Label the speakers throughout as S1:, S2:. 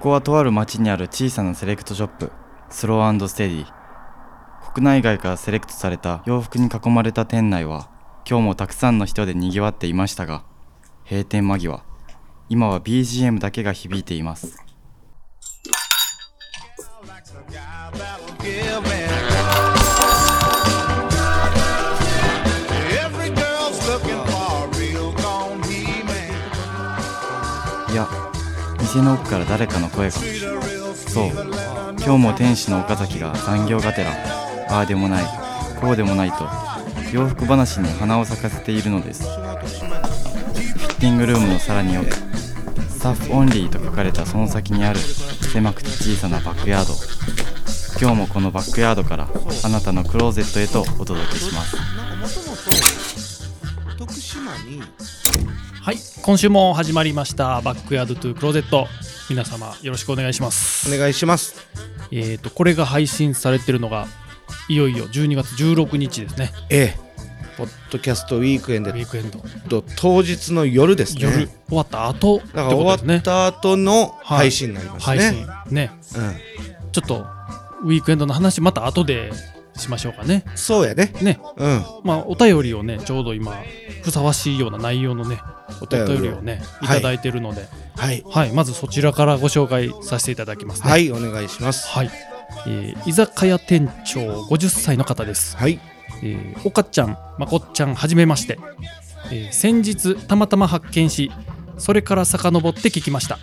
S1: こはとある町にある小さなセレクトショップスローステディ国内外からセレクトされた洋服に囲まれた店内は今日もたくさんの人でにぎわっていましたが閉店間際今は BGM だけが響いています
S2: That'll give in. Every girl's looking for a real gone he-man.
S1: いや店の奥から誰かの声が
S2: Treat a real
S1: そう今日も天使の岡崎が残業がてらああでもないこうでもないと洋服話に花を咲かせているのですフィッティングルームのさらに奥スタッフオンリーと書かれたその先にある狭くて小さなバックヤード今日もこのバックヤードからあなたのクローゼットへとお届けします
S3: なんかもともと徳島に
S4: はい、今週も始まりましたバックヤードトゥクローゼット。皆様よろしくお願いします。
S3: お願いします
S4: えっ、とこれが配信されてるのがいよいよ12月16日ですね。
S3: ええポッドキャストウィークエン
S4: ウ
S3: ド
S4: ィークエンド
S3: 当日の夜ですね
S4: 夜、終わった後って
S3: だから
S4: ことです
S3: 終わ
S4: ね
S3: っ。た後の
S4: はい
S3: 配信になります
S4: 配
S3: ね、
S4: 信ね、ちょっとウィークエンドの話また後でしましょうかね
S3: う。んそうやね
S4: ね、
S3: うん
S4: まあお便りをねちょうど今ふさわしいような内容のね
S3: お
S4: お便りをねいただいてるので、
S3: はい
S4: はい、まずそちらからご紹介させていただきますね。
S3: はいお願いします
S4: はい、えー居酒屋店長50歳の方です、
S3: はい
S4: えー、おかちゃんまこっちゃんはじめまして、えー先日たまたま発見しそれから遡って聞きました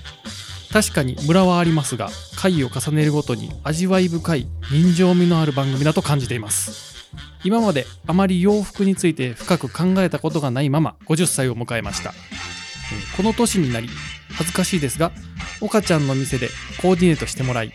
S4: 確かにムラはありますが回を重ねるごとに味わい深い人情味のある番組だと感じています今まであまり洋服について深く考えたことがないまま50歳を迎えましたえーこの年になり恥ずかしいですが岡ちゃんの店でコーディネートしてもらい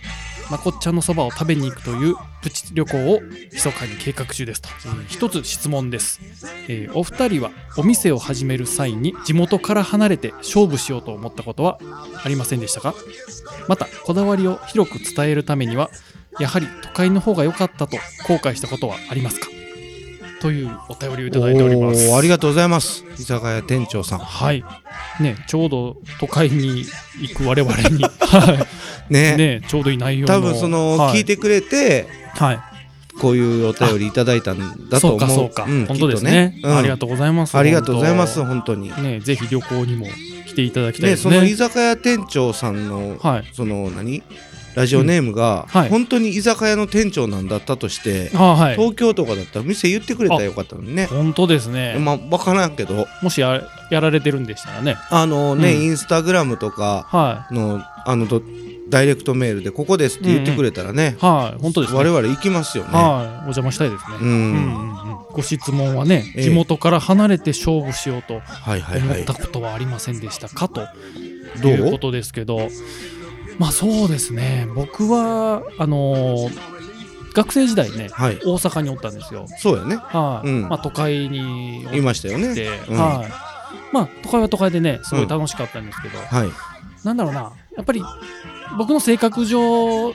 S4: まこっちゃんのそばを食べに行くというプチ旅行を密かに計画中ですと、えー一つ質問です、えーお二人はお店を始める際に地元から離れて勝負しようと思ったことはありませんでしたかまたこだわりを広く伝えるためにはやはり都会の方が良かったと後悔したことはありますかというお便りをいただいております
S3: ーありがとうございます居酒屋店長さん
S4: はい。ね、ちょうど都会に行く我々 に、は
S3: ね
S4: い。ね、ちょうどいい内容の。
S3: 多分その、
S4: はい、
S3: 聞いてくれて
S4: はい。
S3: こういうお便りいただいたんだと
S4: そう
S3: 思う
S4: か、そうか。
S3: ん
S4: 本当ですね
S3: きっとうん
S4: ありがとうございます。
S3: ありがとうございます本当に
S4: 本当ね、ぜひ旅行にも来ていただきたい
S3: ね
S4: です
S3: そ
S4: ね。
S3: の居酒屋店長さんの
S4: はい。
S3: その何ラジオネームが、
S4: うんはい
S3: 本当に居酒屋の店長なんだったとして、
S4: あはい。
S3: 東京とかだったら店言ってくれたらよかったのにね
S4: 本当ですね。
S3: まあ分からんけど
S4: もしややられてるんでしたらね。
S3: あのね、
S4: うん
S3: インスタグラムとか
S4: は
S3: のあのどダイレクトメールで「ここです」って言ってくれたらね
S4: い。、はい。本当ですね。
S3: 我々行きますよね。
S4: はい。お邪魔したいですね。
S3: う
S4: うん
S3: ん
S4: うんうんご質問はね、
S3: ええ
S4: 地元から離れて勝負しようと
S3: はいはい
S4: 思
S3: は
S4: っ
S3: い
S4: た。ことはありませんでしたかと
S3: どう
S4: いうことですけど、まあそうですね、僕はあのー学生時代ね、
S3: はい、
S4: 大阪におったんですよ。
S3: そうやね
S4: はい、
S3: うん
S4: まあ都会に
S3: 言い
S4: おっ
S3: ましたよね。
S4: て、
S3: うん
S4: はい、まあ都会は都会でね、すごい楽しかったんですけど、
S3: はい、
S4: なんだろうな、やっぱり僕の性格上、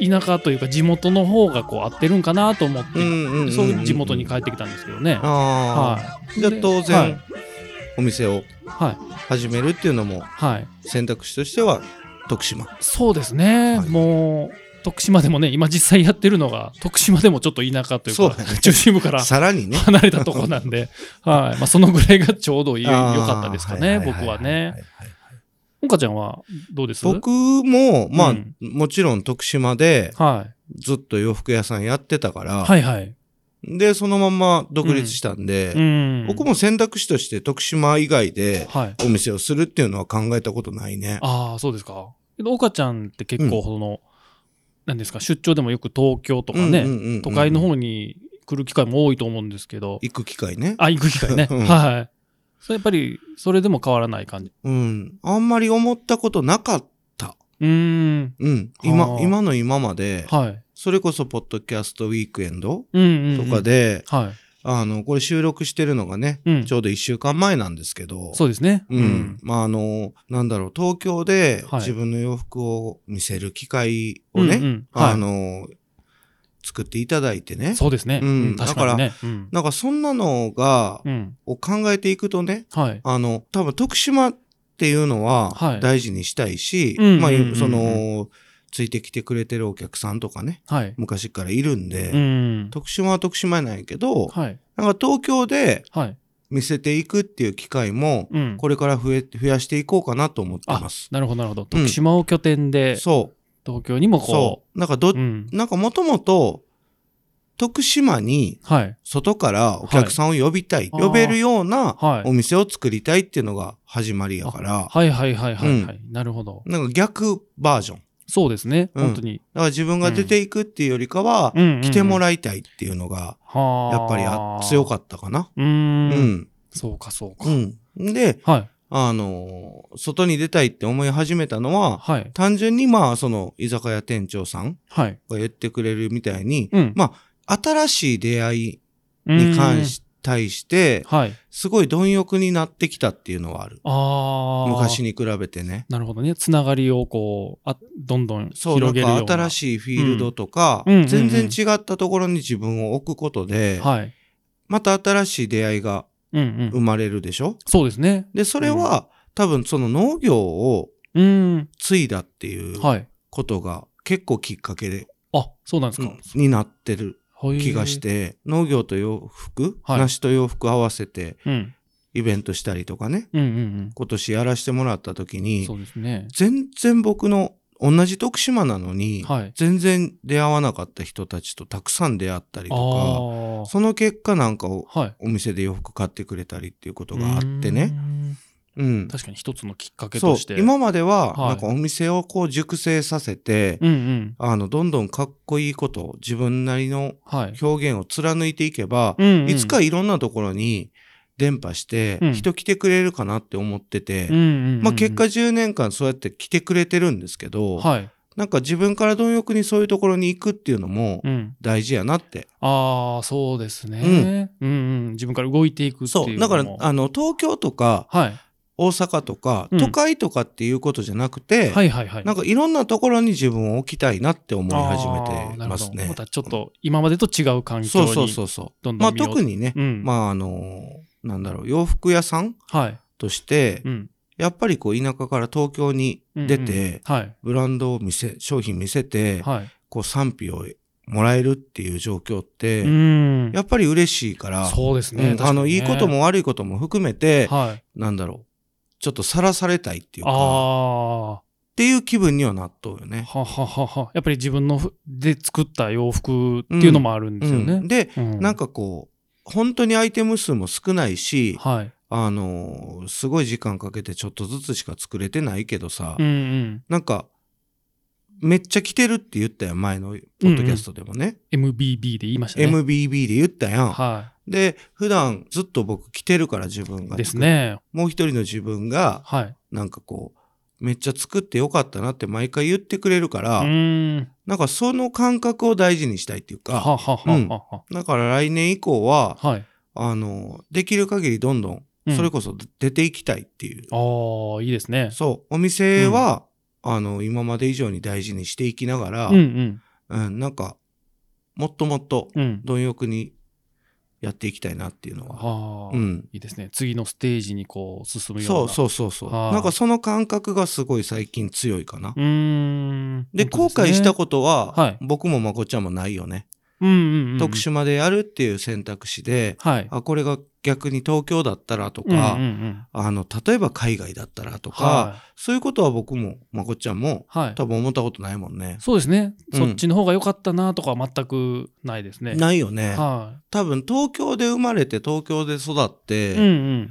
S4: 田舎というか地元の方がこう合ってるんかなと思って、
S3: うんうんうんうん
S4: そういう地元に帰ってきたんですけどね。
S3: ああ、
S4: はい、
S3: じゃあ
S4: で
S3: 当然、
S4: はい、
S3: お店を
S4: はい
S3: 始めるっていうのも
S4: はい
S3: 選択肢としては徳島。
S4: そうですね、
S3: はい
S4: もう徳島でもね、今実際やってるのが、徳島でもちょっと田舎という
S3: そう
S4: か、
S3: だね
S4: 中心部から
S3: さ らにね。
S4: 離れたとこなん で、はいまあ、そのぐらいがちょうどいい良
S3: あー
S4: かったですかね、僕は。
S3: いいい
S4: ね。
S3: いい
S4: 本かちゃんはどうです
S3: 僕も、まあ、
S4: うん
S3: もちろん徳島で
S4: はい、
S3: ずっと洋服屋さんやってたから、
S4: はいはい。
S3: で、そのまま独立したんで、
S4: うん、
S3: 僕も選択肢として徳島以外で
S4: はい、
S3: お店をするっていうのは考えたことないね。
S4: ああ、そうですか。けど岡ちゃんって結構、その、なんですか、出張でもよく東京とかね、
S3: うんうんうんうん
S4: 都会の方に来る機会も多いと思うんですけど、
S3: 行く機会ね。
S4: あ、行く機会ね。
S3: うん
S4: はい。それやっぱり、それでも変わらない感じ。
S3: うん。あんまり思ったことなかった。
S4: うーん。
S3: うん。今
S4: は、あ
S3: 今の今まで、
S4: はい。
S3: それこそポッドキャストウィークエンド
S4: うんうん、う
S3: と
S4: ん。
S3: か。で、
S4: はい。
S3: あの、これ収録してるのがね、
S4: うん
S3: ちょうど1週間前なんですけど、
S4: そうですね。
S3: うん。まあ、あの、なんだろう、東京で
S4: はい
S3: 自分の洋服を見せる機会を
S4: う
S3: ね、
S4: んうんはい、
S3: あの、作っていただいてね。
S4: そうですね。
S3: う
S4: うんん、確かにね。うん。
S3: なんかそんなのが、
S4: うん。
S3: を考えていくとね、
S4: はい。
S3: あの、多分徳島っていうの
S4: は
S3: はい大事にしたいし、
S4: うん
S3: まあ
S4: うんうんうん、
S3: その、ついてきてくれてるお客さんとかね、
S4: はい。
S3: 昔からいるんで、
S4: うん。
S3: 徳島は徳島なんやけど、
S4: はい。
S3: なんか東京で
S4: はい。
S3: 見せていくっていう機会も、
S4: うん。
S3: これから増え、増やしていこうかなと思って
S4: あ
S3: ま、す。
S4: なるほど、なるほど。徳島を拠点で、
S3: そ
S4: 東京にも
S3: う、そ
S4: こ
S3: う。なんかど、
S4: う。うん。
S3: なんかもともと、徳島に
S4: はい。
S3: 外からお客さんを呼びたい、
S4: はい
S3: 呼べるような
S4: はい
S3: お店を作りたいっていうのが始まりやから、
S4: はいはいはいはいはい。なるほど。
S3: なんか逆バージョン。だ
S4: そうですね。
S3: うん
S4: 本当に。
S3: から自分が出ていくっていうよりかは、来
S4: 来
S3: ても
S4: い。
S3: らいたいっていうのが、や
S4: や
S3: っぱりあ強かったかな。
S4: うー。
S3: うんん。
S4: そうかそうか
S3: う。ん。で、
S4: はい。
S3: あのー外に出たいって思い始めたのは、
S4: はい。
S3: 単純にまあ、その居酒屋店長さん
S4: はい。
S3: が言ってくれるみたいに、
S4: うん。
S3: ま新しい出会いに関し、対して、
S4: うん。はい。
S3: すごい貪欲になってきたっていうのはある。
S4: ああ。
S3: 昔に比べてね。
S4: なるほどね。つながりをこう、あどんどん
S3: そう、な
S4: 広
S3: ん
S4: げるような。
S3: か新しいフィールドとか、
S4: うんうんうんうん
S3: 全然違ったところに自分を置くことで、
S4: はい。
S3: また新しい出会いが
S4: うんう
S3: 生
S4: ん。
S3: まれるでしょ
S4: そうですね。
S3: で、それは、多分その農業を
S4: うん。
S3: 継いだっていう
S4: はい。
S3: ことが結構きっかけで、
S4: あ、そうなんですか。
S3: になってる
S4: ほい
S3: 気がし。て、農業と洋服、
S4: はい
S3: 梨と洋服合わせて
S4: うん。
S3: イベントしたりとかね、
S4: うんうん
S3: 今年やらせてもらった時
S4: うん。
S3: に
S4: そ、うですね。
S3: 全然僕の同じ徳島なのに、
S4: はい。
S3: 全然出会わなかった人たちとたくさん出会ったり
S4: あ
S3: と
S4: あ
S3: か、。その結果なんかを
S4: はい。
S3: お店で洋服買ってくれたりっていうことがあって
S4: うー
S3: ね。
S4: ん。
S3: うん。
S4: 確かに一つのきっかけ
S3: そ
S4: と
S3: う
S4: して。。
S3: 今まで
S4: は
S3: は、
S4: い
S3: なんかお店をこう熟成させて、
S4: うんうん。
S3: あの、どんどんかっこいいこと、自分なりの
S4: はい。
S3: 表現を貫いていけば
S4: う、んうん
S3: いつかいろんなところに伝播して
S4: うん、
S3: 人来てくれるかなって思ってて、
S4: うんうんうんうん
S3: まあ結果、10年間そうやって来てくれてるんですけど、
S4: はい。
S3: なんか自分から貪欲にそういうところに行くっていうのも
S4: うん。
S3: 大事やなって。
S4: ああ、そうですね。うんうん。自分から動いていくって
S3: そ。
S4: いうう
S3: だ
S4: のも。
S3: から、あの、東京とか
S4: はい。
S3: 大阪とか、
S4: うん
S3: 都会とかっていうことじゃなくて、
S4: はいはいはい。
S3: なんかいろんなところに自分を置きたいなって思い始
S4: あ
S3: め
S4: ー
S3: て
S4: なる
S3: ま
S4: ほ
S3: す
S4: ど
S3: ね
S4: ま。たちょっと今までと違う環境
S3: そ
S4: に
S3: うそうそうそう。
S4: どんど
S3: まあ
S4: ん見よう
S3: 特にね、
S4: うん
S3: まああのーなんだろう、洋服屋さん
S4: はい、
S3: として、
S4: うん、
S3: やっぱりこう田舎から東京に出て、
S4: うんうんはい
S3: ブランドを見せ、商品見せて、
S4: はい
S3: こう賛否をもらえるっていう状況って、
S4: うん
S3: やっぱり嬉しいから、
S4: そうですね,、
S3: うんあの、いいことも悪いことも含めて、
S4: はい
S3: なんだろう、ちょっとさらされたいっていう
S4: あ
S3: か、っ
S4: あは
S3: ていう気分にはなっとうよね。
S4: はははやっぱり自分のふで作った洋服っていうのもあるんですよ
S3: う
S4: ね
S3: ん、、で、
S4: うん
S3: なんかこう、本当にアイテム数も少ないし、
S4: はい
S3: あのーすごい時間かけてちょっとずつしか作れてないけどさ、
S4: うんうん
S3: なんか、めっちゃ着てるって言ったやん、前のポッドキャストでもね。
S4: MBB で言いましたね、
S3: MBB で言ったやん。
S4: は
S3: で、普段ずっと僕着てるから自分
S4: い
S3: が。
S4: です。ね
S3: もう一人の自分が、
S4: はい
S3: なんかこう、めっちゃ作ってよかったなって毎回言ってくれるから、
S4: うん
S3: なんかその感覚を大事にしたいっていう
S4: は
S3: か、
S4: はは
S3: うん
S4: はは、
S3: だから来年以降は、
S4: はい
S3: あの、できる限りどんどん
S4: う、ん
S3: それこそ出ていきたいっていう。
S4: ああいいですね
S3: そう、お店は、あの、今まで以上に大事にしていきながら、
S4: うんうん
S3: うんなんか、もっともっと
S4: うん
S3: 貪欲にやっていきたいなっていうのは。
S4: はあ、
S3: うん。
S4: いいですね次のステージにこう進むような
S3: そうそうそうそう。
S4: はあ
S3: なんかその感覚がすごい最近強いかな。
S4: うーん。
S3: で、後悔したことは、
S4: はい
S3: 僕もまこちゃんもないよね。
S4: と、うんうんうん、
S3: 徳。島でやるっていう選択肢で、
S4: はい。
S3: あ、これが逆に東京だったらと
S4: うんうん
S3: か、
S4: うん
S3: あの、例えば海外だったらとか、
S4: は
S3: そういうことは僕もまこちゃんも
S4: い。はい。
S3: 多分思ったことないもんね。
S4: そうですね、
S3: うん
S4: そっちの方が良かったなとかは全くないですね。
S3: ないよね。
S4: は
S3: 多分東京で生まれて東京で育って、
S4: い。うんうん。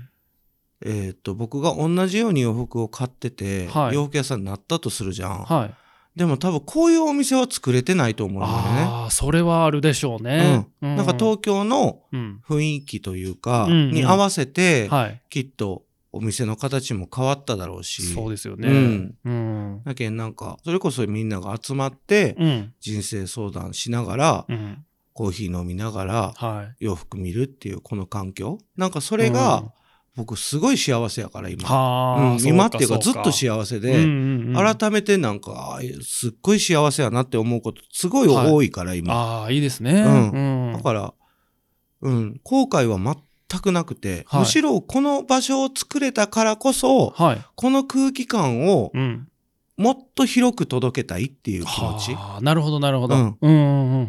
S3: えーっと僕が同じように洋服を買ってて、
S4: はい
S3: 洋服屋さんになったとするじゃん、
S4: はい。
S3: でも多分こういうお店は作れてないと思うんだよね
S4: ああ、それはあるでしょうね。う
S3: なんか東京の
S4: うん。
S3: 雰囲気というか、
S4: うんうん
S3: に合わせて、
S4: はい。
S3: きっとお店の形も変わっただろうし
S4: そうですよね。
S3: うん
S4: うん。
S3: だけどなんかそれこそみんなが集まって
S4: うん。
S3: 人生相談しながら、
S4: うん。
S3: コーヒー飲みながら
S4: はい。
S3: 洋服見るっていうこの環境なんかそ
S4: こ
S3: れが、僕すごい幸せやから今。
S4: はあ、
S3: うん
S4: そ
S3: 今っていうかず
S4: そ
S3: っと幸せ
S4: うん
S3: で、
S4: うんうん、
S3: 改めてなんか、あーすっごい幸せやなって思うことすごい多いから今。
S4: ああ、いいですね。
S3: うん
S4: うん。
S3: だから、うん、後悔は全くなくて、
S4: はい
S3: むしろこの場所を作れたからこそ、
S4: はい。
S3: この空気感を
S4: うん。
S3: もっと広く届けたいっていう気持ち。
S4: はあ、なるほど、なるほど。う
S3: うんん、
S4: うん、うん、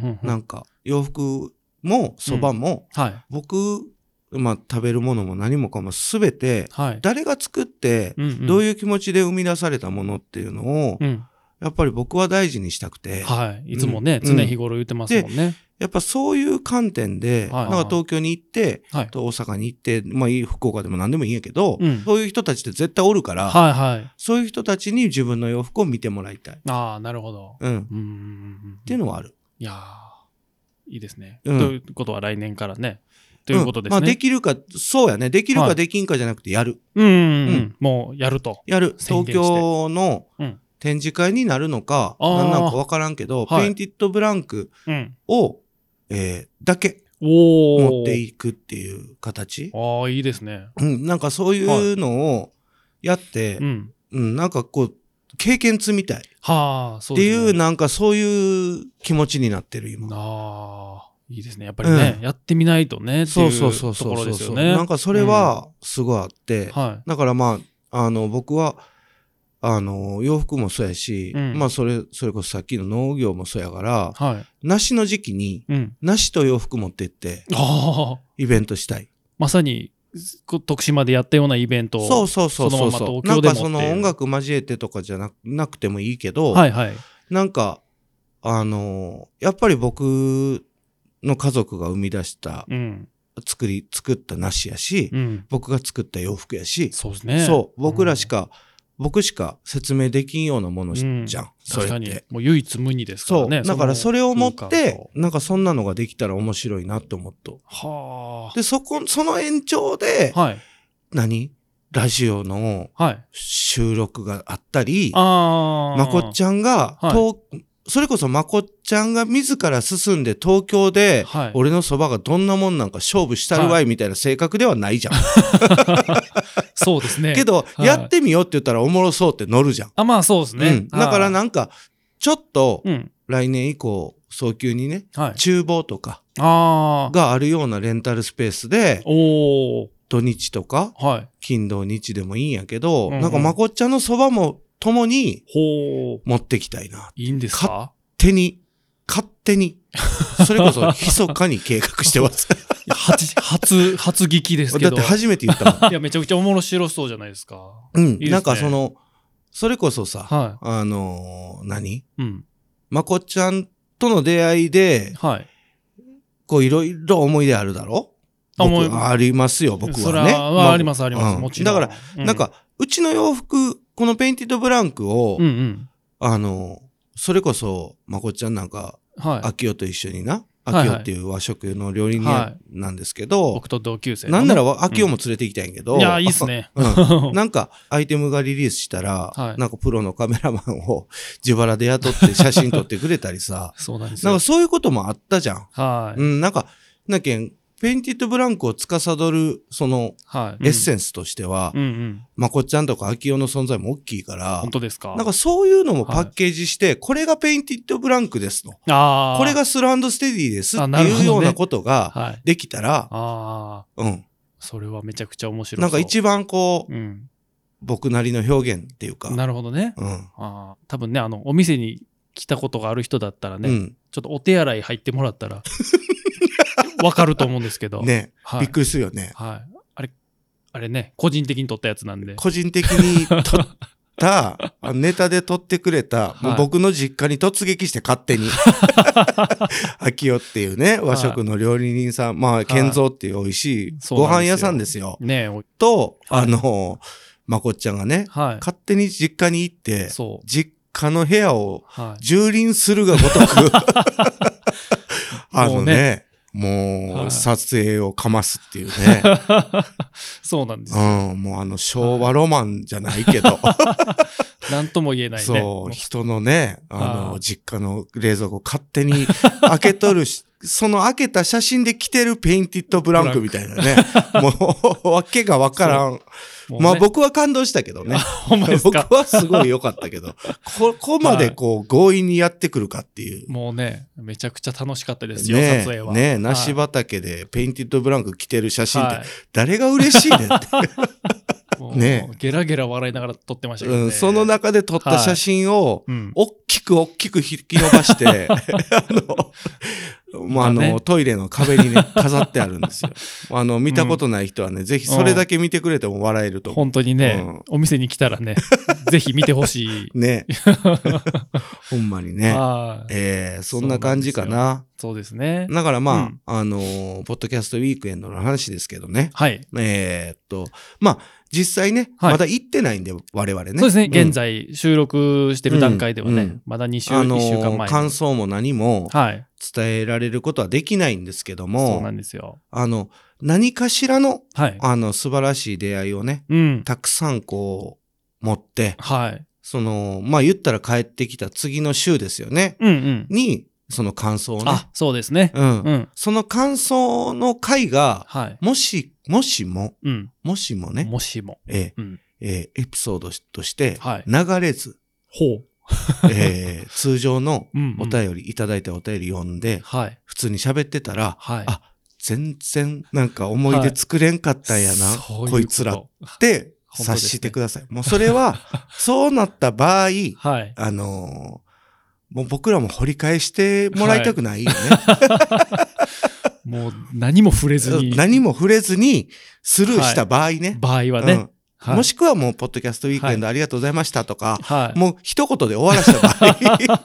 S4: うん。
S3: なんか、洋服もそばも、
S4: はい。
S3: 僕、まあ食べるものも何もかもすべて、
S4: はい。
S3: 誰が作って、
S4: うんうん
S3: どういう気持ちで生み出されたものっていうのを、
S4: うん。
S3: やっぱり僕は大事にしたくて、
S4: はい。いつもね、
S3: う
S4: 常
S3: ん
S4: 日頃言ってますもんね。
S3: やっぱそういう観点で、
S4: はいはい
S3: なんか東京に行って、
S4: はい
S3: と。大阪に行って、まあいい福岡でも何でもいいんやけど、
S4: うん
S3: そういう人たちって絶対おるから、
S4: はい、はい。
S3: そういう人たちに自分の洋服を見てもらいたい。
S4: ああ、なるほど。
S3: うん。っ
S4: うんうんうんうん。
S3: ていうのはある。
S4: いやーいいですね。
S3: うん
S4: ということは来年からね。ということですね。
S3: んまあできるか、そうやね。できる
S4: は
S3: か
S4: い
S3: できんかじゃなくてやる。
S4: うんうんうん、
S3: うん
S4: もうやると。
S3: やる。
S4: 宣
S3: 東
S4: 言して
S3: 京の
S4: うん
S3: 展示会になるのか、
S4: あー
S3: 何なのかわからんけど、
S4: はい
S3: ペインティッドブランク
S4: うん。
S3: を、えーだけ
S4: おお。
S3: 持っていくっていう形。
S4: ああ、いいですね。
S3: うん。なんかそういうのをやって、
S4: うん。
S3: うん、なんかこう、経験積みたい。
S4: はあ、そ
S3: っ
S4: う
S3: て
S4: です、ね。
S3: いう、なんかそういう気持ちになってる、今。
S4: ああ、いいですね。やっぱりね、やってみないとね、って
S3: そ
S4: いうう
S3: そうそう
S4: と
S3: そ
S4: こ
S3: う
S4: ろ
S3: そ
S4: で
S3: う
S4: す
S3: そ
S4: よ
S3: う。
S4: ね。
S3: なんかそれは、すごいあって、
S4: は
S3: だからまあ、あの、僕は、あの、洋服もそうやし、
S4: うん
S3: まあ、それ、それこそさっきの農業もそうやから、
S4: い。はい。
S3: 梨の時期に、
S4: うん。
S3: 梨と洋服持ってって、
S4: ああ、
S3: イベントしたい。
S4: まさに、こ徳島でやったようなイベントを。
S3: そうそうそうそう
S4: そのま
S3: そ
S4: ま
S3: う。
S4: 東
S3: な
S4: 京でも
S3: んか
S4: っていう
S3: その音楽交えてとかじゃななくてもいいけど、
S4: はいはい。
S3: なんか、あの、やっぱり僕の家族が生み出した、
S4: うん。
S3: 作り、作った梨やし、
S4: うん。
S3: 僕が作った洋服やし、
S4: そうですね。
S3: そう、僕らし
S4: か、
S3: か、僕しか説明できんようなものし
S4: うん
S3: じゃん、そ
S4: 確
S3: れ
S4: か
S3: っ
S4: に
S3: て。。
S4: もう唯一無二ですか
S3: そ
S4: ら
S3: う、
S4: ね。
S3: だからそれを持っ
S4: の空間
S3: て
S4: と、
S3: なんかそんなのができたら面白いなって思っと。
S4: は
S3: で、そこ、その延長で、
S4: あ。はい。
S3: 何ラジオの
S4: はい。
S3: 収録があったり、
S4: ああ。
S3: まこっちゃんが、
S4: はい
S3: 東それこそまこっちゃんが自ら進んで東京で、
S4: はい
S3: 俺のそばがどんなもんなんか勝負したるわいみたいな性格ではないじゃん。
S4: そうですね。
S3: けど、
S4: はい
S3: やってみようって言ったらおもろそうって乗るじゃん。
S4: あ、まあそうですね。
S3: うん、だから
S4: はい、
S3: なんか、ちょっと
S4: うん。
S3: 来年以降、早急にね、
S4: はい。
S3: 厨房とか
S4: ああ。
S3: があるようなレンタルスペースで、
S4: おお。
S3: 土日とか、
S4: はい。
S3: 金土日でもいいんやけど、
S4: うんうん
S3: なんかまこっちゃんのそばも共に
S4: ほう。
S3: 持ってきたいな。
S4: いいんですか
S3: 手に、勝手 に、それこそ密かに計画してます。
S4: いや初、 初、初聞きですけ
S3: だっ
S4: ど。
S3: て初めて言ったも
S4: いや、めちゃくちゃおもろしろそうじゃないですか。
S3: ん。うん
S4: いですね
S3: なんかその、それこそさ、
S4: は
S3: あのー何
S4: い。うん。
S3: まこっちゃんとの出会いで、
S4: はい。
S3: こういろいろ思い出あるだろ
S4: あ思い
S3: 僕ありますよ、僕
S4: それ
S3: はね。
S4: は、
S3: ま
S4: あ、ります、あります。
S3: うん
S4: もちろ
S3: だ
S4: ん。
S3: から、
S4: う
S3: なん、か、うちの洋服、このペインティッドブランクを、
S4: うんうん。
S3: あの、それこそ、まこっちゃんなんか、
S4: はい。
S3: 秋代と一緒にな、
S4: はいはい
S3: 秋代っていう和食の料理人
S4: は
S3: やなんですけど、
S4: 僕と同級生のね。
S3: なんならわ秋代も連れて行きたいんやけど、
S4: いや、いいっすね。
S3: うんなんか、アイテムがリリースしたら、
S4: はい、
S3: なんかプロのカメラマンを 自腹で雇って写真撮ってくれたりさ
S4: そうなんです
S3: なん
S4: よ
S3: か。そういうこともあったじゃん。
S4: はい。
S3: うん、なんか、なんけん、ペインティッドブランクを司る、その、
S4: はい。
S3: エッセ
S4: ン。
S3: ンスとしては、
S4: うんうん。
S3: まこっちゃんとか秋代の存在も大きいから
S4: 本、当ですか
S3: なんか、そういうのもパッケージして、これがペインティッドブランクですと。
S4: ああ。
S3: これ、がスランドステディですって
S4: あなるほど
S3: いう
S4: ね
S3: ようなことが
S4: はい。
S3: できたら、
S4: ああ。
S3: うん。
S4: それはめちゃくちゃ面白い。
S3: なんか一番こう、
S4: うん。
S3: 僕なりの表現っていうか、
S4: なるほどね。
S3: うん。
S4: ああ。多分ね、あの、お店に来たことがある人だったら
S3: う
S4: ね、
S3: ん。
S4: ちょっとお手洗い入ってもらっ たら、わかると思うんですけど。。
S3: ね、
S4: は
S3: び
S4: い
S3: っ。くりするよね。
S4: はい。あれ、あれね、個人的に撮ったやつなんで。
S3: 個人的に撮 った、あネタで撮ってくれた、
S4: はい
S3: もう僕の実家に突撃して 勝手に。秋代っていうね、和食の料理人さん、まあ、健三っていう美味しい
S4: そう
S3: ご
S4: なん
S3: 飯
S4: ですよ
S3: 屋さんですよ。
S4: ねえ、お
S3: と、
S4: はい
S3: あの、まこっちゃんがね、
S4: は
S3: 勝手に実家に行っ
S4: い。
S3: て、
S4: そう。
S3: 実家の部屋を
S4: はい。
S3: 蹂躙するがごとく、あのね、
S4: は
S3: も
S4: いう
S3: 撮影をかますっていうね。
S4: そうなんですよ。
S3: うん、もうあの昭和ロマンじゃないけど、
S4: なんとも言えないね。
S3: そう、人のね、あ
S4: は
S3: の、
S4: い
S3: 実家の冷蔵庫勝手に開けとるしその開けた写真で着てるペインティッドブランクみたい なね。もう、わけがわからん。
S4: もうね
S3: まあ僕は感動したけどね。
S4: ほんまです
S3: 僕
S4: か
S3: はすごい良かったけど、ここまでこう強引にやってくるかっていう。
S4: もうね、めちゃくちゃ楽しかったですよ、
S3: ね
S4: 撮影は。
S3: え、ねえ、梨
S4: はい
S3: 畑でペインティッドブランク着てる写真って
S4: は
S3: 誰が嬉しいねん って。
S4: いもう
S3: ね
S4: ゲラゲラ笑いながら撮ってましたけど
S3: う
S4: ね。
S3: ん、その中で撮った写真を、
S4: うん、
S3: 大きく大きく引き伸 ばして、あの、まあ、あの、
S4: まあね
S3: トイレの壁にね、飾ってあるんで すよ。あの、見たことない人はね、ぜひそれだけ見てくれても笑えると思
S4: 本当にね、
S3: うん。。
S4: お店に来たらね、ぜひ見てほしいう
S3: ね。ほんまにね。
S4: はい
S3: えー、そんな感じかな。
S4: そうですね。
S3: だからまあ、
S4: うん
S3: あのーポッドキャストウィークエンドの話ですけどね。
S4: はい。
S3: えーっと、まあ、実際ね、
S4: はい
S3: まだ行ってないんで、我々ね。
S4: そうですね、
S3: ん
S4: 現在収録してる段階ではね、
S3: うんうん
S4: まだ2週、
S3: あの
S4: 1週間
S3: ー
S4: 前。
S3: 感想も何も
S4: はい。
S3: 伝えられることはできないんですけど
S4: そう
S3: も
S4: な、んですよ。
S3: あの、何かしらの、
S4: はい。
S3: あの、素晴らしい出会いをね、
S4: うん。
S3: たくさんこう、持って、
S4: はい。
S3: その、まあ、言ったら帰ってきた次の週ですよね、
S4: うんうん。
S3: に、その感想をね
S4: あ、、そうですね。
S3: うん
S4: う。ん。
S3: その感想の回が、
S4: はい。
S3: もし、もしも、
S4: うん。
S3: もしもね、
S4: もしも。
S3: えー
S4: うん
S3: えーエピソードとして
S4: はい、
S3: 流れず、
S4: ほ
S3: えー通常の
S4: う。うん、
S3: お
S4: え。
S3: 便り、いただいたお便り読んで、
S4: はい。
S3: 普通に喋ってたら、
S4: はい。
S3: あ全然なんか思い出作れんかったんやな、
S4: そううと
S3: こいつらって
S4: 本当
S3: 察
S4: ですね
S3: してください。もうそれは、 そうなった場合、
S4: はい。
S3: あのーもう僕らも掘り返してもらいたくないよね。
S4: もう何も触れ ずに。
S3: 何も触れずにスルーした場合ね。
S4: 場合はね。
S3: うん
S4: はい
S3: もしくはもう、ポッドキャストウィークエンドありがとうございましたとか、
S4: はい。
S3: もう一言で終わらした場 合、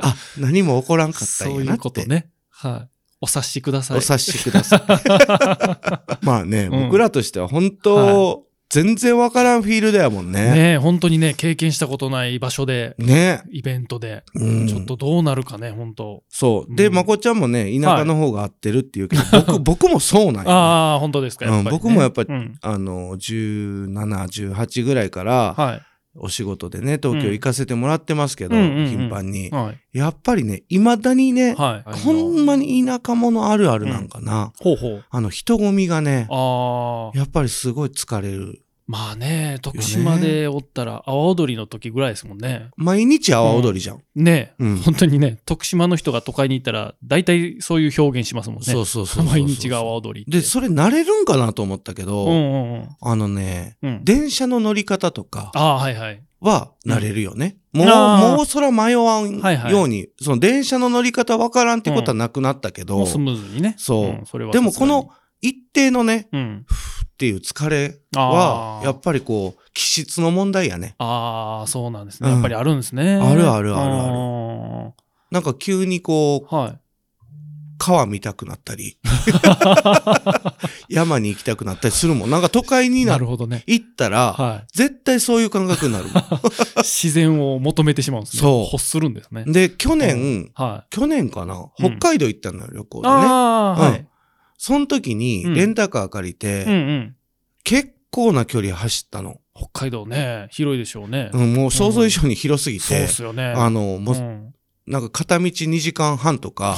S3: あ、何も起こらんかったん
S4: そ
S3: やなっ
S4: う
S3: て。
S4: いうことね。はい。お察しください。
S3: お察しくださ い。まあね、
S4: うん
S3: 僕らとしては本当、全然わからんフィールドやもんね。
S4: ねえ本当にね、経験したことない場所で、
S3: ね。
S4: イベントで、
S3: うん
S4: ちょっとどうなるかね、本当
S3: そう。で、
S4: うん
S3: まこちゃんもね、田舎の方が合ってるっていうけど、僕、僕もそうなんよね。
S4: ああ、本当ですか。やっぱりね
S3: うん僕もやっぱり
S4: うん
S3: あの、17、18ぐらいから、
S4: はい。
S3: お仕事でね、東京行かせてもらってますけど、
S4: うんうんうんうん
S3: 頻繁に。
S4: はい。
S3: やっぱりね、未だにね、
S4: はい。
S3: ほんまに田舎者あるあるなんかな。
S4: ほうほう。
S3: あの、人混みがね、
S4: ああ。
S3: やっぱりすごい疲れる。
S4: まあね、徳島でおったら、阿波踊りの時ぐらいですもんね。
S3: 毎日阿波踊りじゃん。
S4: ねえ、
S3: うん
S4: 本当にね、徳島の人が都会に行ったら、大体そういう表現しますもんね。
S3: そうそうそうそうそう。
S4: 毎日が阿波踊りって。
S3: で、それ慣れるんかなと思ったけど、
S4: うんうんうん
S3: あのね、
S4: うん。
S3: 電車の乗り方とか
S4: ああ、はいはい。
S3: は慣れるよね。
S4: ん
S3: もう、
S4: あー
S3: もうそら迷わんように、
S4: はいはい
S3: その電車の乗り方わからんってことはなくなったけど、
S4: もうスムーズにね。
S3: そう
S4: うんそれは
S3: でもこの一定のね、
S4: さすがに、うん。
S3: っていう疲れ
S4: あ
S3: は、
S4: ー
S3: やっぱりこう、気質の問題やね。
S4: ああ、そうなんですね。
S3: うん
S4: やっぱりあるんですね。
S3: あるあるあるある
S4: あ
S3: なんか急にこう、
S4: る。はい。
S3: 川見たくなっ たり、山に行きたくなったりするもん。なんか都会にな
S4: な
S3: る
S4: るほどね。
S3: 行ったら、
S4: は
S3: 絶対そういう感覚になるもん。
S4: い。自然を求めてしまうんですね。
S3: そう
S4: 欲するんですね。
S3: で、去年、
S4: はい。
S3: 去年かな、
S4: うん
S3: 北海道行ったのよ、旅行でね。
S4: ああ、はい。
S3: その時に、
S4: うん
S3: レンタカー借りて、
S4: うんうん。
S3: 結構な距離走ったの。
S4: 北海道ね、広いでしょうね。
S3: うんもう想像以上に広すぎ
S4: そう
S3: て
S4: っ、すよね。
S3: あの、も
S4: う
S3: う、
S4: ん
S3: なんか片道2時間半とか、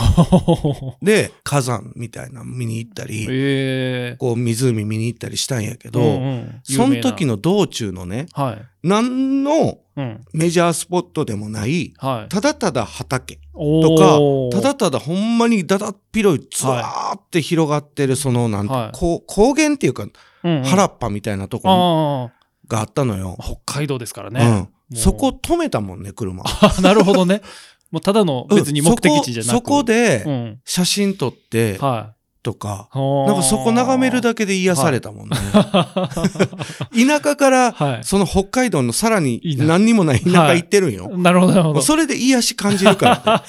S3: で、火山みたいなの見に行ったり、
S4: ええ
S3: こう湖見に行ったりしたんやけ
S4: う
S3: ど、
S4: んうん
S3: その時
S4: 有名
S3: の道中のね、
S4: なはい。
S3: 何の
S4: うん。
S3: メジャースポットでもない、
S4: はい。
S3: ただただ畑。
S4: と
S3: とか、ただただほんまにだだっ広い、ずわーって広がってる、その、なんて、
S4: はい
S3: こう高原っていうか、
S4: 腹
S3: 原
S4: あ
S3: っぱみたいなとこ
S4: あ
S3: があったのよ。
S4: 北海道ですから
S3: う
S4: ね。
S3: ん、
S4: もう
S3: そこ止めたもんね、車。
S4: なるほどね。もうただの 別に目的地じゃなく
S3: うんそこそこ
S4: う
S3: で、
S4: ん。
S3: 写真撮って、
S4: は
S3: とか、
S4: い。な
S3: なんかそこ眺めるだけで癒されたもんね。 田舎から、
S4: はい。
S3: その北海道のさらに
S4: いいな
S3: 何にもない田舎行ってるんよ。
S4: なるほど、なるほど。
S3: それで癒し感じ るから、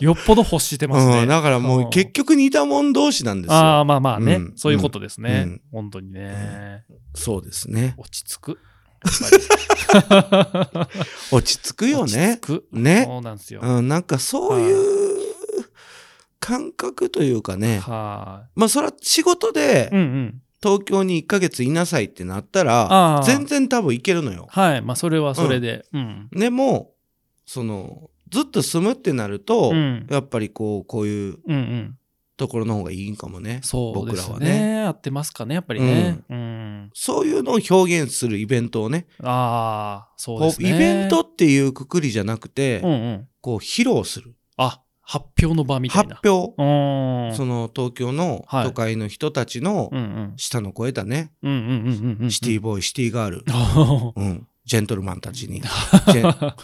S4: よっぽど欲してます
S3: うん。
S4: ね。
S3: だからも
S4: うん
S3: う結局似たもん同士なんで
S4: あ
S3: すよ。
S4: あ、まあまあね
S3: うん。
S4: そういうことです
S3: う
S4: ね
S3: ん。
S4: 本当にね。
S3: そうですね。
S4: 落ち着く。やっぱり
S3: 落ち着くよね
S4: 落ち。着く。
S3: ね
S4: そうなんですよ。
S3: うん、なんかそういう感覚というかね。
S4: は
S3: まあそれは仕事で
S4: い。うんうん。
S3: 東京に1ヶ月いなさいってなったら
S4: あー、
S3: 全然多分行けるのよ。
S4: はい。まあ、それはそれで。うん。
S3: でも、その、ずっと住むってなると、
S4: うん
S3: やっぱりこう、こういう
S4: うんうん
S3: ところの方がいいんかもね。
S4: そうです
S3: 僕らは
S4: ね合ってますかねやっぱりねうん
S3: そういうのを表現するイベントをね、
S4: ああそう
S3: こ
S4: です
S3: う
S4: ね
S3: イベントっていうくくりじゃなくて、
S4: うんうん
S3: こう披露する。
S4: あ発表の場みたい
S3: 発
S4: な
S3: 表。
S4: 表
S3: その東京の
S4: はい
S3: 都会の人たちの
S4: うんうん
S3: 舌の超えたね、
S4: うんうんうんうんうん
S3: シティボーイ、シティガール、
S4: あ
S3: うん、ジェントルマンたちに、ジェンは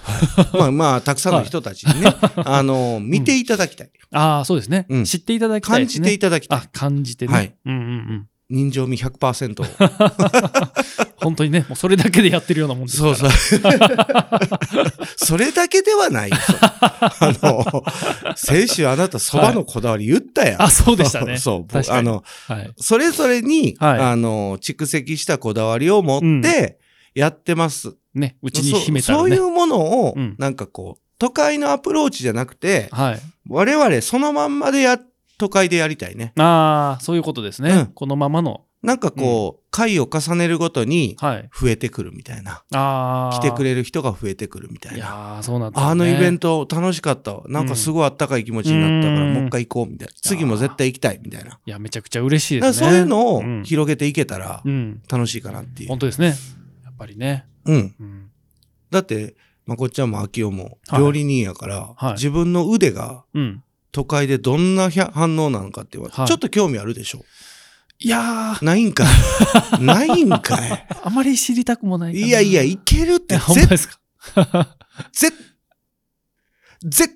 S3: いまあまあ、たくさんの人たちにね、あの、見ていただきたい。
S4: あーそうですね、
S3: うん
S4: 知っていただきたい
S3: 感
S4: です
S3: じ
S4: ね
S3: ていただきたい。
S4: あ感じてね、
S3: はい
S4: うんうんうん
S3: 人情味100%を。
S4: 本当にねもうそれだけでやってるようなもんですか
S3: そ
S4: ら
S3: うそう。 それだけではないよ。 あの、先週あなた蕎麦のこだわり言ったやん。
S4: あそうでしたね
S3: そう僕
S4: 確かに
S3: あの、
S4: はい
S3: それぞれに、
S4: はい
S3: あの、蓄積したこだわりを持ってやってます。
S4: ねうち
S3: そ
S4: に秘めたら
S3: そう
S4: ね
S3: いうものを、
S4: うん
S3: なんかこう、都会のアプローチじゃなくて、
S4: はい
S3: 我々そのまんまでや、都会でやりたいね。
S4: ああそういうことですね、
S3: うん
S4: このままの
S3: なんかこう、回を重ねるごとに
S4: はい
S3: 増えてくるみたいな。
S4: ああ
S3: 来てく
S4: れ
S3: れる人が増えてくるみたい
S4: い
S3: な。
S4: やーそうなんだ、ね、
S3: あのイベン
S4: ト
S3: ト楽しかったわ。なんかすごいあったかい気持ちになったから、
S4: うん
S3: もう一回行こうみたいな。次も絶対行きたいみたいな。
S4: いやめちゃくちゃ嬉しい
S3: だ
S4: で
S3: か
S4: すね
S3: らそういうの
S4: う
S3: を
S4: ん
S3: 広げていけたら
S4: うん
S3: 楽しいかなっていう
S4: 本。当ですねやっぱりね
S3: うん。
S4: うん
S3: だって、まこっちゃんも秋夫も
S4: はい
S3: 料理人やから、
S4: はい
S3: 自分の腕が
S4: うん
S3: 都会でどんなひゃ反応なのかっていうのは、
S4: はい
S3: ちょっと興味あるでしょ。
S4: いやー
S3: ないんか い。ないんかい。
S4: あまり知りたくもないかない
S3: やいや、
S4: い
S3: いけるって
S4: やほんま
S3: 絶
S4: ですか
S3: 絶絶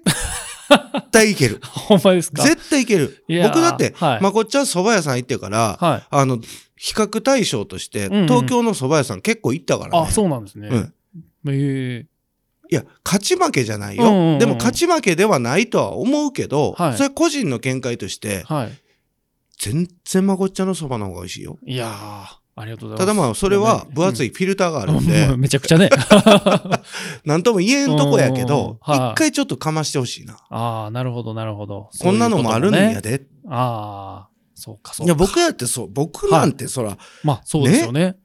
S3: 対い ける。
S4: ほんまですか
S3: 絶対いける。
S4: いやー
S3: 僕だって、
S4: はい
S3: まこっちゃん蕎麦屋さん行ってから、
S4: はい
S3: あの、比較対象として、
S4: んうん
S3: 東京の蕎麦屋さん結構行ったからね。
S4: あそうなんですね、
S3: うん
S4: え
S3: いや、勝ち負けじゃないよ、
S4: うんうんうん
S3: でも勝ち負けではないとは思うけど、
S4: はい
S3: それ個人の見解とし
S4: え、
S3: て
S4: はい
S3: 全然まこっちゃんの蕎麦の方が美味しいよ。
S4: いやーありがとうござ
S3: た
S4: います
S3: だまあ、それは分厚
S4: い、
S3: いフィルターがあるん
S4: う
S3: で
S4: ん、 めちゃくちゃね
S3: なんとも言えんとこや
S4: う
S3: け
S4: んうんうん
S3: ど、
S4: はい
S3: 一回ちょっとかましてほしいな。
S4: ああなるほどなるほど
S3: こんなのもあるんや
S4: で
S3: で。
S4: ああそうかそう
S3: い
S4: か
S3: や、僕やってそう、僕なんてそら、
S4: まあそうですよね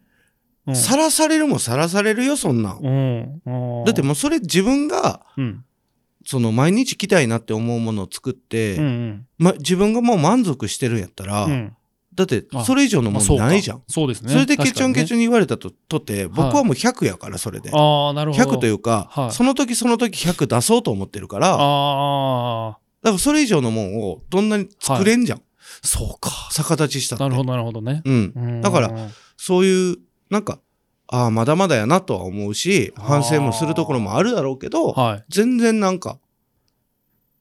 S4: うん
S3: さらされるもさらされるよ、そんなん。
S4: うん、うん
S3: だってもうそれ自分が、
S4: うん、
S3: その毎日来たいなって思うものを作って、
S4: うんうん
S3: ま、自分がもう満足してるんやったら、
S4: うん
S3: だって
S4: あ
S3: それ以上のも
S4: まあそ
S3: の
S4: うか
S3: ないじゃん。
S4: そうですね
S3: それでケチョンケチョ
S4: ョ
S3: ンに言われたととって、僕はもう100やから、それで。
S4: ああなるほど
S3: 100といううか、
S4: はい
S3: その時その時100出そうと思ってるから、だか
S4: ああ
S3: らそれ以上のもんをどんなに作れんじゃん。
S4: そうか
S3: 逆立ちしたって。
S4: なるほどなるほどね
S3: うん。
S4: うん
S3: だからそういう、なんか、ああ、まだまだやなとは思うし、
S4: あー
S3: 反省もするところもあるだろうけど、
S4: はい
S3: 全然なんか、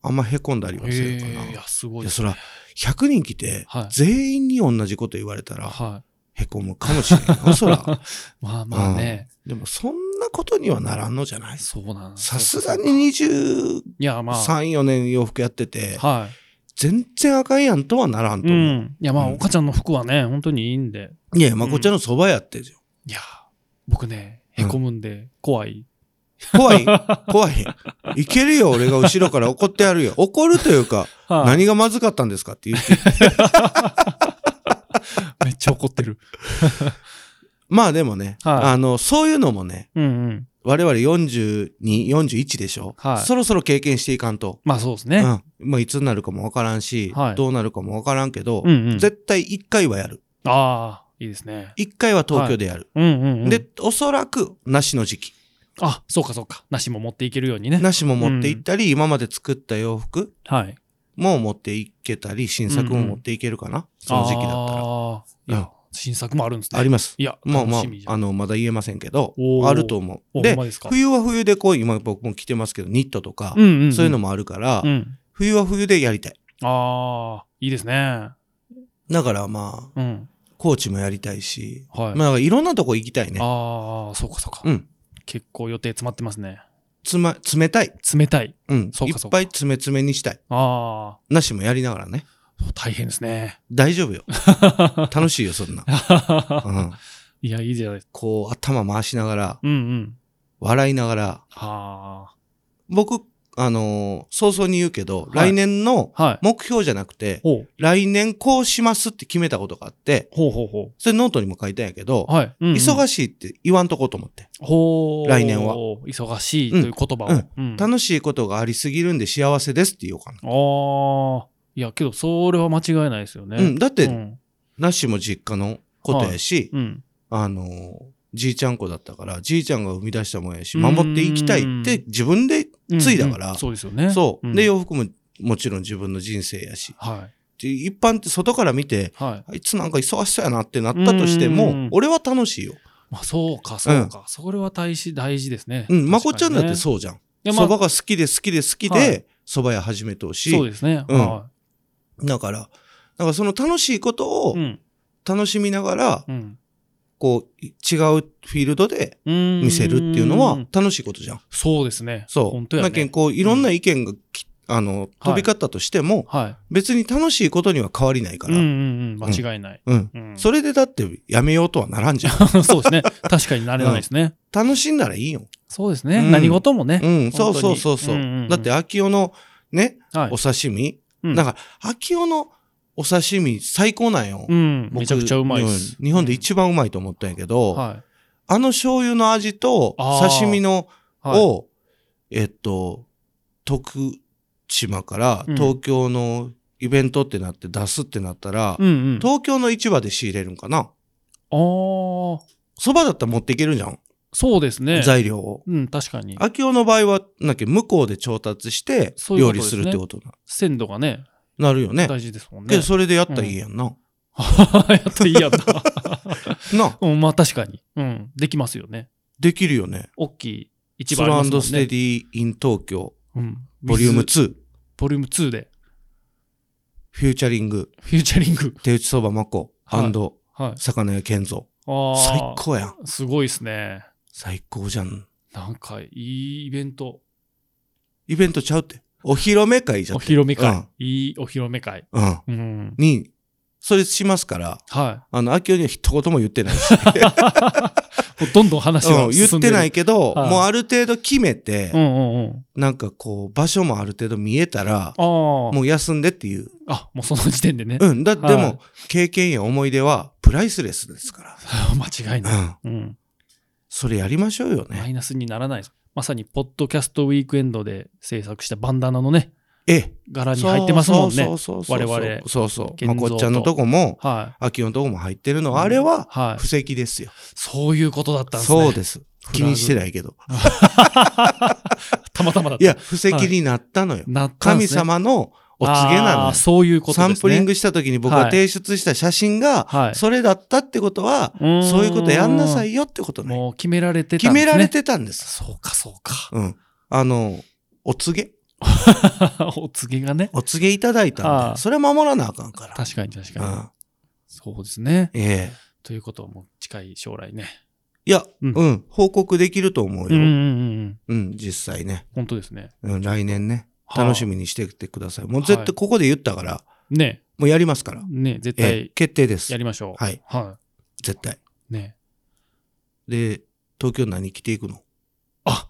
S3: あんまへこんだりはす
S4: え
S3: るかな。
S4: えいやすごい
S3: い
S4: で
S3: や、
S4: す
S3: そら、100人来て
S4: はい、
S3: 全員に同じこと言われたら、
S4: は
S3: へこむかもしれないよ、そら。
S4: いまあまあね、
S3: でも、そんなことにはならんのじゃない
S4: そうなん
S3: さすがに
S4: そうか
S3: 23、
S4: いやまあ
S3: 4年洋服やってて、
S4: は
S3: 全然あかんやんとはならん
S4: い。
S3: と
S4: う
S3: 思う。
S4: ん。いや、まあ、
S3: うん
S4: 岡ちゃんの服はね、本当にいいんで。
S3: いや、まこっちゃんのそばやってるよ。
S4: いや、僕ね、へこむんで、怖い。
S3: 怖い怖い。いけるよ、俺が後ろから怒ってやるよ。怒るというか、
S4: はい
S3: 何がまずかったんですかって言って。
S4: めっちゃ怒ってる。
S3: まあでもね、
S4: はい
S3: あの、そういうのもね、
S4: うんうん。
S3: 我々42、41でしょ、
S4: はい
S3: そろそろ経験していかんと。
S4: まあ、そうですね。
S3: うん。まあ、いつになるかもわからんし、
S4: はい
S3: どうなるかもわからんけど、
S4: うんうん
S3: 絶対一回はやる。
S4: ああ、いいですね。
S3: 一回は東京でやる。
S4: うんうん、うん。、
S3: で、おそらく、なしの時期。
S4: あ、そうかそうか。なしも持っていけるようにね。
S3: なしも持って行ったり、今まで作った洋服
S4: はい。
S3: も持っていけたり、新作も持っていけるかな、その時期だったら。
S4: ああ、いや、新作もあるんですね。
S3: あります。
S4: いや、
S3: まあま
S4: 楽
S3: あ
S4: しみじ、ゃん
S3: あの、まだ言えませんけど
S4: お、ー
S3: あると思う。
S4: お
S3: で
S4: ほんまですか、
S3: 冬は冬でこう、今僕も着てますけど、ニットとか、
S4: うんうんん
S3: そういうのもあるから、
S4: うん。
S3: 冬は冬でやりたい。
S4: ああ、いいですね。
S3: だからまあ、
S4: うん。
S3: 高知もやりたいし、
S4: はい。
S3: まあ、いろんなとこ行きたいね。
S4: ああ、そうかそうか、
S3: うん。
S4: 結構予定詰まってますね。
S3: つま、冷たい。
S4: 冷たい。
S3: うん。
S4: そう
S3: い
S4: かそう
S3: っ
S4: か
S3: ぱい詰め詰めにしたい。
S4: あ
S3: なしもやりながらね。
S4: あ、大変ですね。
S3: 大丈夫 よ。楽しいよ、そんな。うん、
S4: いや、いいじゃないですか。
S3: こう、頭回しながら、
S4: うんうん。
S3: 笑いながら、
S4: はあ。
S3: 僕、あのー早々に言うけど、
S4: はい
S3: 来年の
S4: はい。
S3: 目標じゃなくて、
S4: ほう
S3: 来年こうしますって決めたことがあって、
S4: ほうほうほ
S3: それノートにも書いたんやけど
S4: う。、はい。うんうん
S3: 忙しいって言わんとこうと思って。
S4: ほう
S3: 来年は
S4: 忙しいという言葉を。うん
S3: 楽しいことがありすぎるんで幸せですって言おうかな。
S4: ああ。いや、けど、それは間違いないですよね。
S3: うん、だっ
S4: う
S3: て、
S4: ん
S3: なしも実家のことやし、
S4: うん。
S3: あのーじいちゃん子だったから、じいちゃんが生み出したもんやし、
S4: うん
S3: 守っていきたいって自分で、ついだから
S4: うんうんそうですよね。
S3: そう。で、
S4: ん
S3: 洋服ももちろん自分の人生やし、
S4: はい。
S3: で一般って外から見て、
S4: はい。
S3: あいつなんか忙しそうやなってなったとして
S4: うんうんう
S3: も
S4: ん、
S3: 俺は楽しいよ。
S4: まあ、そうか、そうか。それは大事、大事ですね。
S3: うん、まこちゃんだって
S4: う。
S3: そうじゃん。
S4: いやまあ
S3: 蕎麦が好きで好きで好き
S4: は
S3: で
S4: い、
S3: 蕎麦屋始めと
S4: そう
S3: うし、
S4: ですね。
S3: うん
S4: は
S3: だから、だからその楽しいこと
S4: い。
S3: を
S4: うん。
S3: 楽しみながら、
S4: うん。
S3: こう、違うフィールドで見
S4: 見
S3: せるっていうのは楽しいことじゃん。
S4: そうですね。
S3: そう。
S4: 本当や
S3: だけん
S4: ね。
S3: こう、いろんな意見がき、あの、飛び交ったとしても、
S4: は
S3: 別に楽しいことには変わりない
S4: い。
S3: か
S4: うん
S3: ら。
S4: う
S3: うん。
S4: んうん。間違いない。うん
S3: それでだってやめようとはならんじゃん。
S4: そうですね。確かになれないですね。
S3: 楽しんだらいいよ。
S4: そうですね。
S3: うん
S4: 何事もね。
S3: うん、そ
S4: 本
S3: う
S4: 当
S3: そう
S4: に
S3: そうそう。
S4: うんうんうん
S3: だって、秋代のね、
S4: はい
S3: お。刺身。
S4: うん
S3: だから、秋代のお刺身最高なんよ。
S4: うん。
S3: 僕
S4: めちゃくちゃうまいです。
S3: うん日本で一番うまいと思ったんやけど、
S4: うんはい。
S3: あの醤油の味と
S4: あー
S3: 刺身の
S4: はい。
S3: を、えっと、徳島から
S4: うん
S3: 東京のイベントってなって出すってなったら、
S4: うんうん。あ
S3: 東京の市場で仕入れるんかな
S4: あー、
S3: そばだったら持っていけるじゃん、
S4: そうですね。
S3: 材料を。
S4: うん、確かに。
S3: 秋夫の場合は、なんだっけ向こうで調達して
S4: そういうことで
S3: 料理
S4: す
S3: す
S4: ね
S3: るってことな
S4: 鮮度がね、
S3: なるよね。
S4: 大事ですもん
S3: け
S4: ね
S3: ど。それでやったらいいやんな。
S4: やっといいやんな。
S3: な、
S4: うん、まあ確かに。うん。できますよね。
S3: できるよね。
S4: 大きい一
S3: ス
S4: 番あり
S3: ラ
S4: ます
S3: ン
S4: もんね。
S3: ドステディイン東京、
S4: うん。
S3: ボリューム
S4: With
S3: 2、
S4: ボリューム2で、
S3: フューチャリング、
S4: フューチャリング。
S3: 手打ちそばまこ、
S4: はい
S3: アンド
S4: はい。
S3: 魚屋健三。
S4: ああ。
S3: 最。高やん。
S4: すごいですね。
S3: 最高じゃん。
S4: なんか、いいイベント。
S3: イベントちゃうって。お披露目会じゃ
S4: お
S3: ん。
S4: 披露目会。いいお披露目会。
S3: うん。
S4: うん。
S3: に、それしますから、
S4: は
S3: あの、秋代には一言も言ってな いし、
S4: い。もうどんどん話
S3: う
S4: は
S3: ん、言
S4: 進
S3: っ
S4: んで
S3: て
S4: る。
S3: ないけど、
S4: はい
S3: もうある程度決めて、
S4: うんうんうん。
S3: なんかこう、場所もある程度見えたら、
S4: ああ。も
S3: も
S4: う、
S3: う休んでっていう。
S4: あ、もうその時点でね。
S3: うん。だ、
S4: はい
S3: でも、経験や思い出はプライスレスですか
S4: 間違い
S3: ら。
S4: ない。
S3: うん。
S4: うん。
S3: それやりましょうよ
S4: マ
S3: ね。
S4: イナスにならないです。まさに、ポッドキャストウィークエンドで制作したバンダナのね、
S3: ええ。
S4: 柄に入ってますもん
S3: そ
S4: ね
S3: う。そうそうそう
S4: 我々
S3: そうそう。
S4: 現像
S3: ま
S4: と
S3: こっちゃんのとこも、
S4: は
S3: 秋代のとこも入ってるのは、
S4: い。
S3: あれは、
S4: はい
S3: 布。石ですよ。
S4: そういうことだったんですね。
S3: そうです。気にしてないけど。
S4: たまたまだった。
S3: いや、布石になったのよ。
S4: なったんで
S3: 神
S4: すね、
S3: 様のお告げなの
S4: あ
S3: よ
S4: ー。そういうことです
S3: サ
S4: ね。
S3: ンプリングした時に僕
S4: は
S3: が
S4: い
S3: 提出した写真が、
S4: はい。
S3: それだったってことは、そういうことやんなさいよってことね。
S4: もう決められてた
S3: 決
S4: んですね。
S3: められてたんです。
S4: そうか、そうか。
S3: うん。あの、お告げ
S4: お告げがね。
S3: お告げいただいたん
S4: ああ
S3: で、それは守らなあかんから。
S4: 確かに確かに。
S3: うん。
S4: そうですね。
S3: ええ。
S4: ということはもう近い将来ね。
S3: いや、
S4: うん
S3: うん。報告できると思う
S4: うんうん
S3: よ。
S4: うんうん。
S3: うん、実際ね。
S4: 本当ですね。
S3: うん、来年ね。
S4: はあ
S3: 楽しみにしてきてください。もう絶
S4: はい
S3: 対ここで言ったから、
S4: ね
S3: もうやりますから。
S4: ね絶
S3: ええ
S4: 対、
S3: 決定です
S4: や。りましょう。
S3: はい。
S4: は
S3: 絶対。
S4: い。ね
S3: で、東京何着ていくの
S4: あ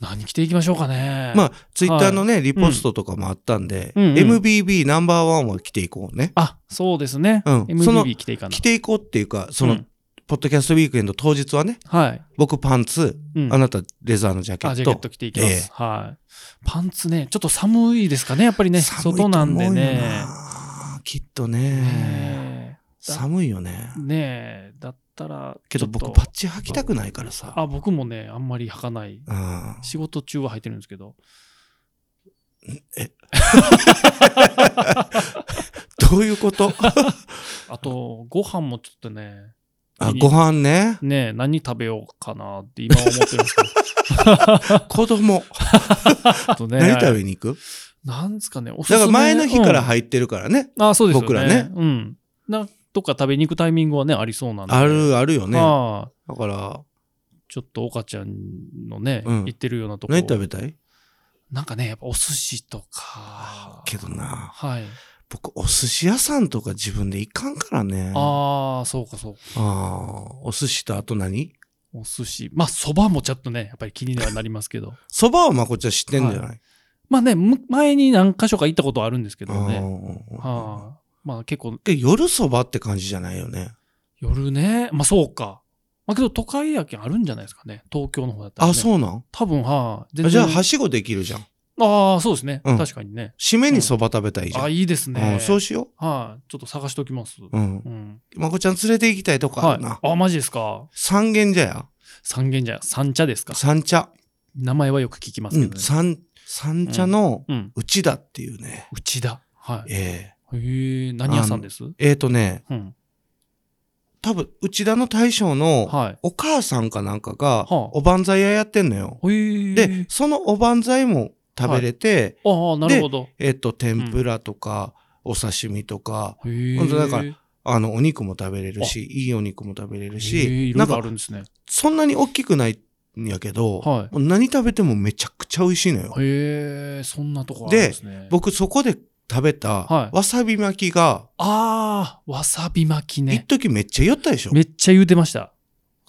S4: 何着ていきましょうかね。
S3: まあ、ツイッターのね、リポストとかもあったんで、
S4: うんうん
S3: MBB ナンバーワンは着ていこうね。
S4: あ。そうですね。
S3: うんその
S4: MBB 着ていかな
S3: 着。ていこうっていうか、そうの
S4: ん、
S3: ポッドキャストウィークエンド当日はね、
S4: はい。
S3: 僕パンツ、
S4: うん
S3: あなたレザーのジャケ
S4: あ、ジ
S3: ッ
S4: ャケッ
S3: ト。
S4: ト着ていきます。はい。パンツね、ちょっと寒いですかね、やっぱりね。
S3: 寒いと
S4: 外
S3: 思うよ
S4: なんでね。
S3: な。きっとね。
S4: ね
S3: 寒いよね。
S4: えねえ、だったら、
S3: けど
S4: ちょ
S3: 僕
S4: っと
S3: パッチ履きたくないからさ。
S4: あ、僕もね、あんまり履かない。
S3: うん
S4: 仕事中は履いてるんですけど。
S3: どういうこと
S4: あと、ご飯もちょっとね、
S3: あご飯 ね。
S4: ねえ、何食べようかなって今思ってるんですけど。
S3: 子供。
S4: ちょっとね、
S3: 何食べに行く
S4: なんですかね、おすす
S3: だ
S4: め
S3: から前の日から
S4: っ
S3: 入ってるからね。
S4: うんあ、そうですよね。
S3: 僕らね
S4: うん。な、どっか食べに行くタイミングはね、ありそうなんで。
S3: ある、あるよね。だ
S4: ああ
S3: から、
S4: ちょっと岡ちゃんのね、
S3: うん
S4: 行ってるようなとこ
S3: 何食べたい
S4: なんかね、やっぱお寿司とか。
S3: けどな、
S4: はい。
S3: 僕、お寿司屋さんとか自分で行かんからね。
S4: ああ、そうかそうか。
S3: あーお寿司とあと何
S4: お寿司。まあ、そばもちょっとね、やっぱり気にはなりますけど。
S3: そばはまこっちゃん知ってんじゃない、
S4: まあね、む前に何箇所か行ったことあるんですけどね。
S3: あー
S4: はあ、まあ結構
S3: え夜そばって感じじゃないよね。
S4: 夜ね。まあそうか。まあけど都会やけんあるんじゃないですかね。東京の方だったら、ね。
S3: あ、そうなん
S4: 多分はあ、全
S3: あじゃあ、
S4: あ
S3: はしごできるじゃん。
S4: あー、そうですね。
S3: うん
S4: 確かにね。
S3: 締めにそば食べたいじゃん。
S4: あいいです
S3: う
S4: ね。
S3: んそうしよ
S4: はい、ちょっと探しておきます。
S3: う。うん
S4: う。ん。
S3: まこちゃん連れて行きたいとこあ
S4: は
S3: るな。
S4: い。あ、マジですか。
S3: 三軒茶屋
S4: 三軒茶屋、三茶ですか。
S3: 三茶。
S4: 名前はよく聞きます
S3: う
S4: けど
S3: ん。
S4: ね。
S3: 三、三茶の
S4: うん。うん、
S3: 内田っていうね。
S4: 内田。はい。
S3: え
S4: へえ、何屋さんです
S3: ええーとね、
S4: うん。
S3: 多分、内田の大将の
S4: はい。
S3: お母さんかなんかが
S4: は、あ
S3: おばんざい屋やってんのよ。
S4: へえ。
S3: で、、そのおばんざいも食べれて、
S4: ああ、なるほど。
S3: えっと、天ぷらとか、お刺身とか、
S4: へえ。
S3: ほんとだからあの、お肉も食べれるし、いいお肉も食べれる
S4: へえ
S3: し
S4: い、ろ
S3: ないん
S4: ろあ
S3: か、
S4: るんですね。
S3: そんなに大きくないんやけど、
S4: は
S3: もう何食べてもめちゃくちゃ美味しいのよ。
S4: へえ、そんなとこあるんですね。、
S3: 僕、そこで食べた、
S4: は
S3: わ
S4: い
S3: さび巻きが、
S4: ああ、わさび巻き
S3: 一
S4: ね。
S3: 時めっちゃ酔ったでしょ
S4: めっちゃ言うてました。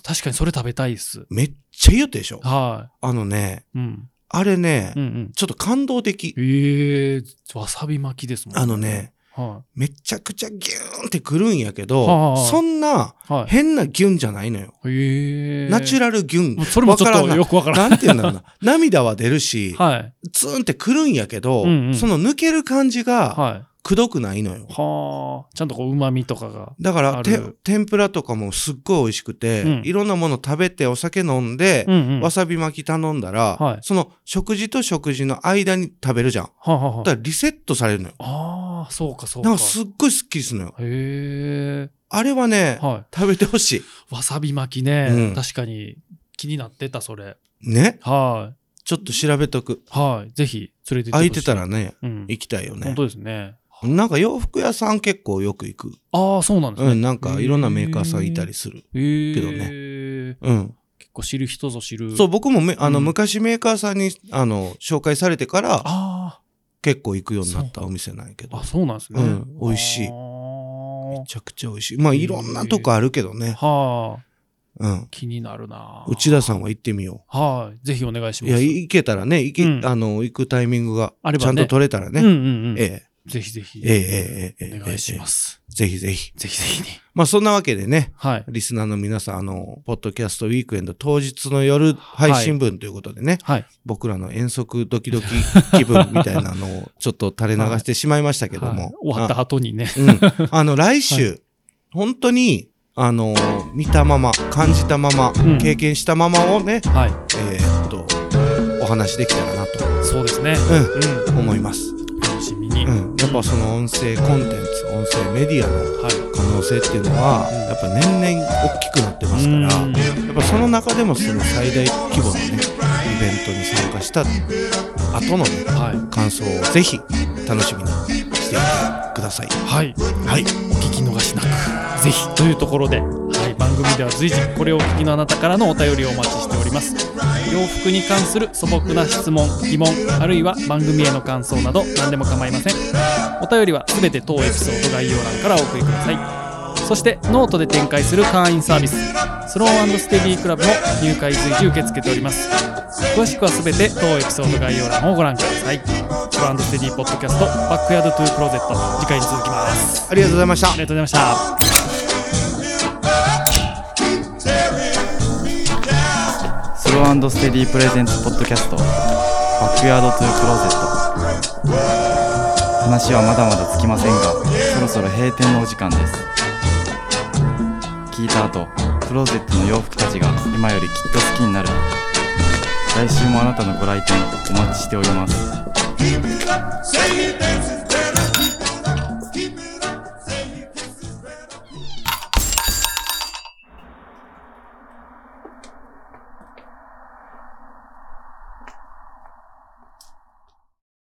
S4: 確かにそれ食べたいっす。
S3: めっちゃ酔ったでしょ
S4: は
S3: あのね、
S4: い。うん。
S3: あれね
S4: うんう、ん。
S3: ちょっと感動的。
S4: ええわさび巻きですもん
S3: あのね、
S4: は
S3: めちゃくちゃギューンってくるんやけど、
S4: はあはあ。
S3: そんない
S4: はい。
S3: 変なギュンじゃないのよ。
S4: ええ
S3: ナチュラルギュン。
S4: もうそれもちょっ
S3: わか
S4: と
S3: らん
S4: よくわからん。
S3: なんて言うんだ ろうな。涙は出るし、
S4: はい。
S3: ツーンってくるんやけど、
S4: うんうん
S3: その抜ける感じが
S4: はい。
S3: くどくないのよ。
S4: はあ。ちゃんとこう、旨味とかが。
S3: だから
S4: あ
S3: て
S4: る
S3: 天ぷらとかもすっごい美味しくて、
S4: うん
S3: いろんなもの食べてお酒飲んで、
S4: うんうん。
S3: わ
S4: さ
S3: さび巻き頼んだら、
S4: はい
S3: その食事と食事の間に食べるじゃん。
S4: はあ、はあは
S3: だからリセットされるのよ。
S4: あ、あーそうかそうか。
S3: なんかすっごいスッキリするのよ。
S4: へえ。
S3: あれはね、
S4: は
S3: 食べてほし
S4: い。わさび巻きね、
S3: うん
S4: 確かに気になってた、それ。
S3: い。ね
S4: は
S3: ちょっと調べとく。
S4: い。はい。ぜひ、連れて行
S3: 空
S4: っ
S3: い
S4: ほして
S3: たらね、
S4: うん。
S3: 行きたいよね
S4: 本。当ですね。
S3: なんか洋服屋さん結構よく行く。
S4: ああ、そうなんですね。
S3: うん、なんかいろんなメーカーさんいたりする。
S4: へえ。
S3: けど
S4: ね。
S3: うん。
S4: 結構知る人ぞ知る。
S3: そう、。僕もめあの、
S4: うん
S3: 昔メーカーさんに、あの、紹介されてから、
S4: あ
S3: 結構行くようになったお店なんやけ
S4: あ。
S3: ど。
S4: あ、そうなんですね。
S3: うん美味しい
S4: あー
S3: めちゃくちゃ美味しい。まあ、いろんなとこあるけどね。
S4: はあ、
S3: うん。
S4: 気になるな。
S3: 内田さんは行ってみよ
S4: はい、ぜひお願いし
S3: う。
S4: ま
S3: い
S4: す。
S3: や、行けたらね、行け、
S4: うん
S3: あの、行くタイミングが
S4: あれ、ば
S3: ちゃん
S4: ね
S3: と取れたら
S4: う
S3: ね。
S4: んうんうん。え
S3: ええ
S4: ぜひぜひ。
S3: ええええええええ
S4: お願いします。
S3: ぜひぜひ。
S4: ぜひぜひに。
S3: まあ、そんなわけでね、
S4: はい。
S3: リスナーの皆さん、あの、ポッドキャストウィークエンド当日の夜配信分ということでね、
S4: はい。
S3: 僕らの遠足ドキドキ 気分みたいなのをちょっと垂れ流してしまいましたけど
S4: はい
S3: も。
S4: 終わった後にね。
S3: うん。あの、来週、本当に、あのー見たまま、感じたまま、
S4: ん
S3: 経験したままをね、
S4: はい。
S3: えーっと、お話できたらなと、
S4: そうですね。う
S3: う、
S4: ん
S3: 思います。
S4: ん。楽しみに。
S3: う
S4: はい。
S3: ん。やっぱその音声コンテンツ、音声メディアの可能性っていうのは、
S4: うん
S3: やっぱ年々大きくなってますか
S4: う
S3: ら、
S4: ん
S3: やっぱその中でもその最大規模のね、イベントに参加した後のね、
S4: は
S3: 感想をぜひ楽しみにしていてください。
S4: い。はい。
S3: はい。
S4: お聞き逃しなくぜひというところで、はい、番組では随時これをお聞きのあなたからのお便りをお待ちしております洋服に関する素朴な質問疑問あるいは番組への感想など何でも構いませんお便りは全て当エピソード概要欄からお送りくださいそしてノートで展開する会員サービススローステディクラブも入会随時受け付けております詳しくは全て当エピソード概要欄をご覧くださいスローステディポッドキャストバックヤードトゥークローゼット次回に続きます
S3: ありがとうございました
S4: あ。りがとうございました。
S1: スローステディプレゼンツポッドキャストバックヤードトゥークローゼット話はまだまだつきませんがそろそろ閉店のお時間です聞いた後クローゼットの洋服たちが今よりきっと好きになる来週もあなたのご来店お待ちしております
S2: Say he dances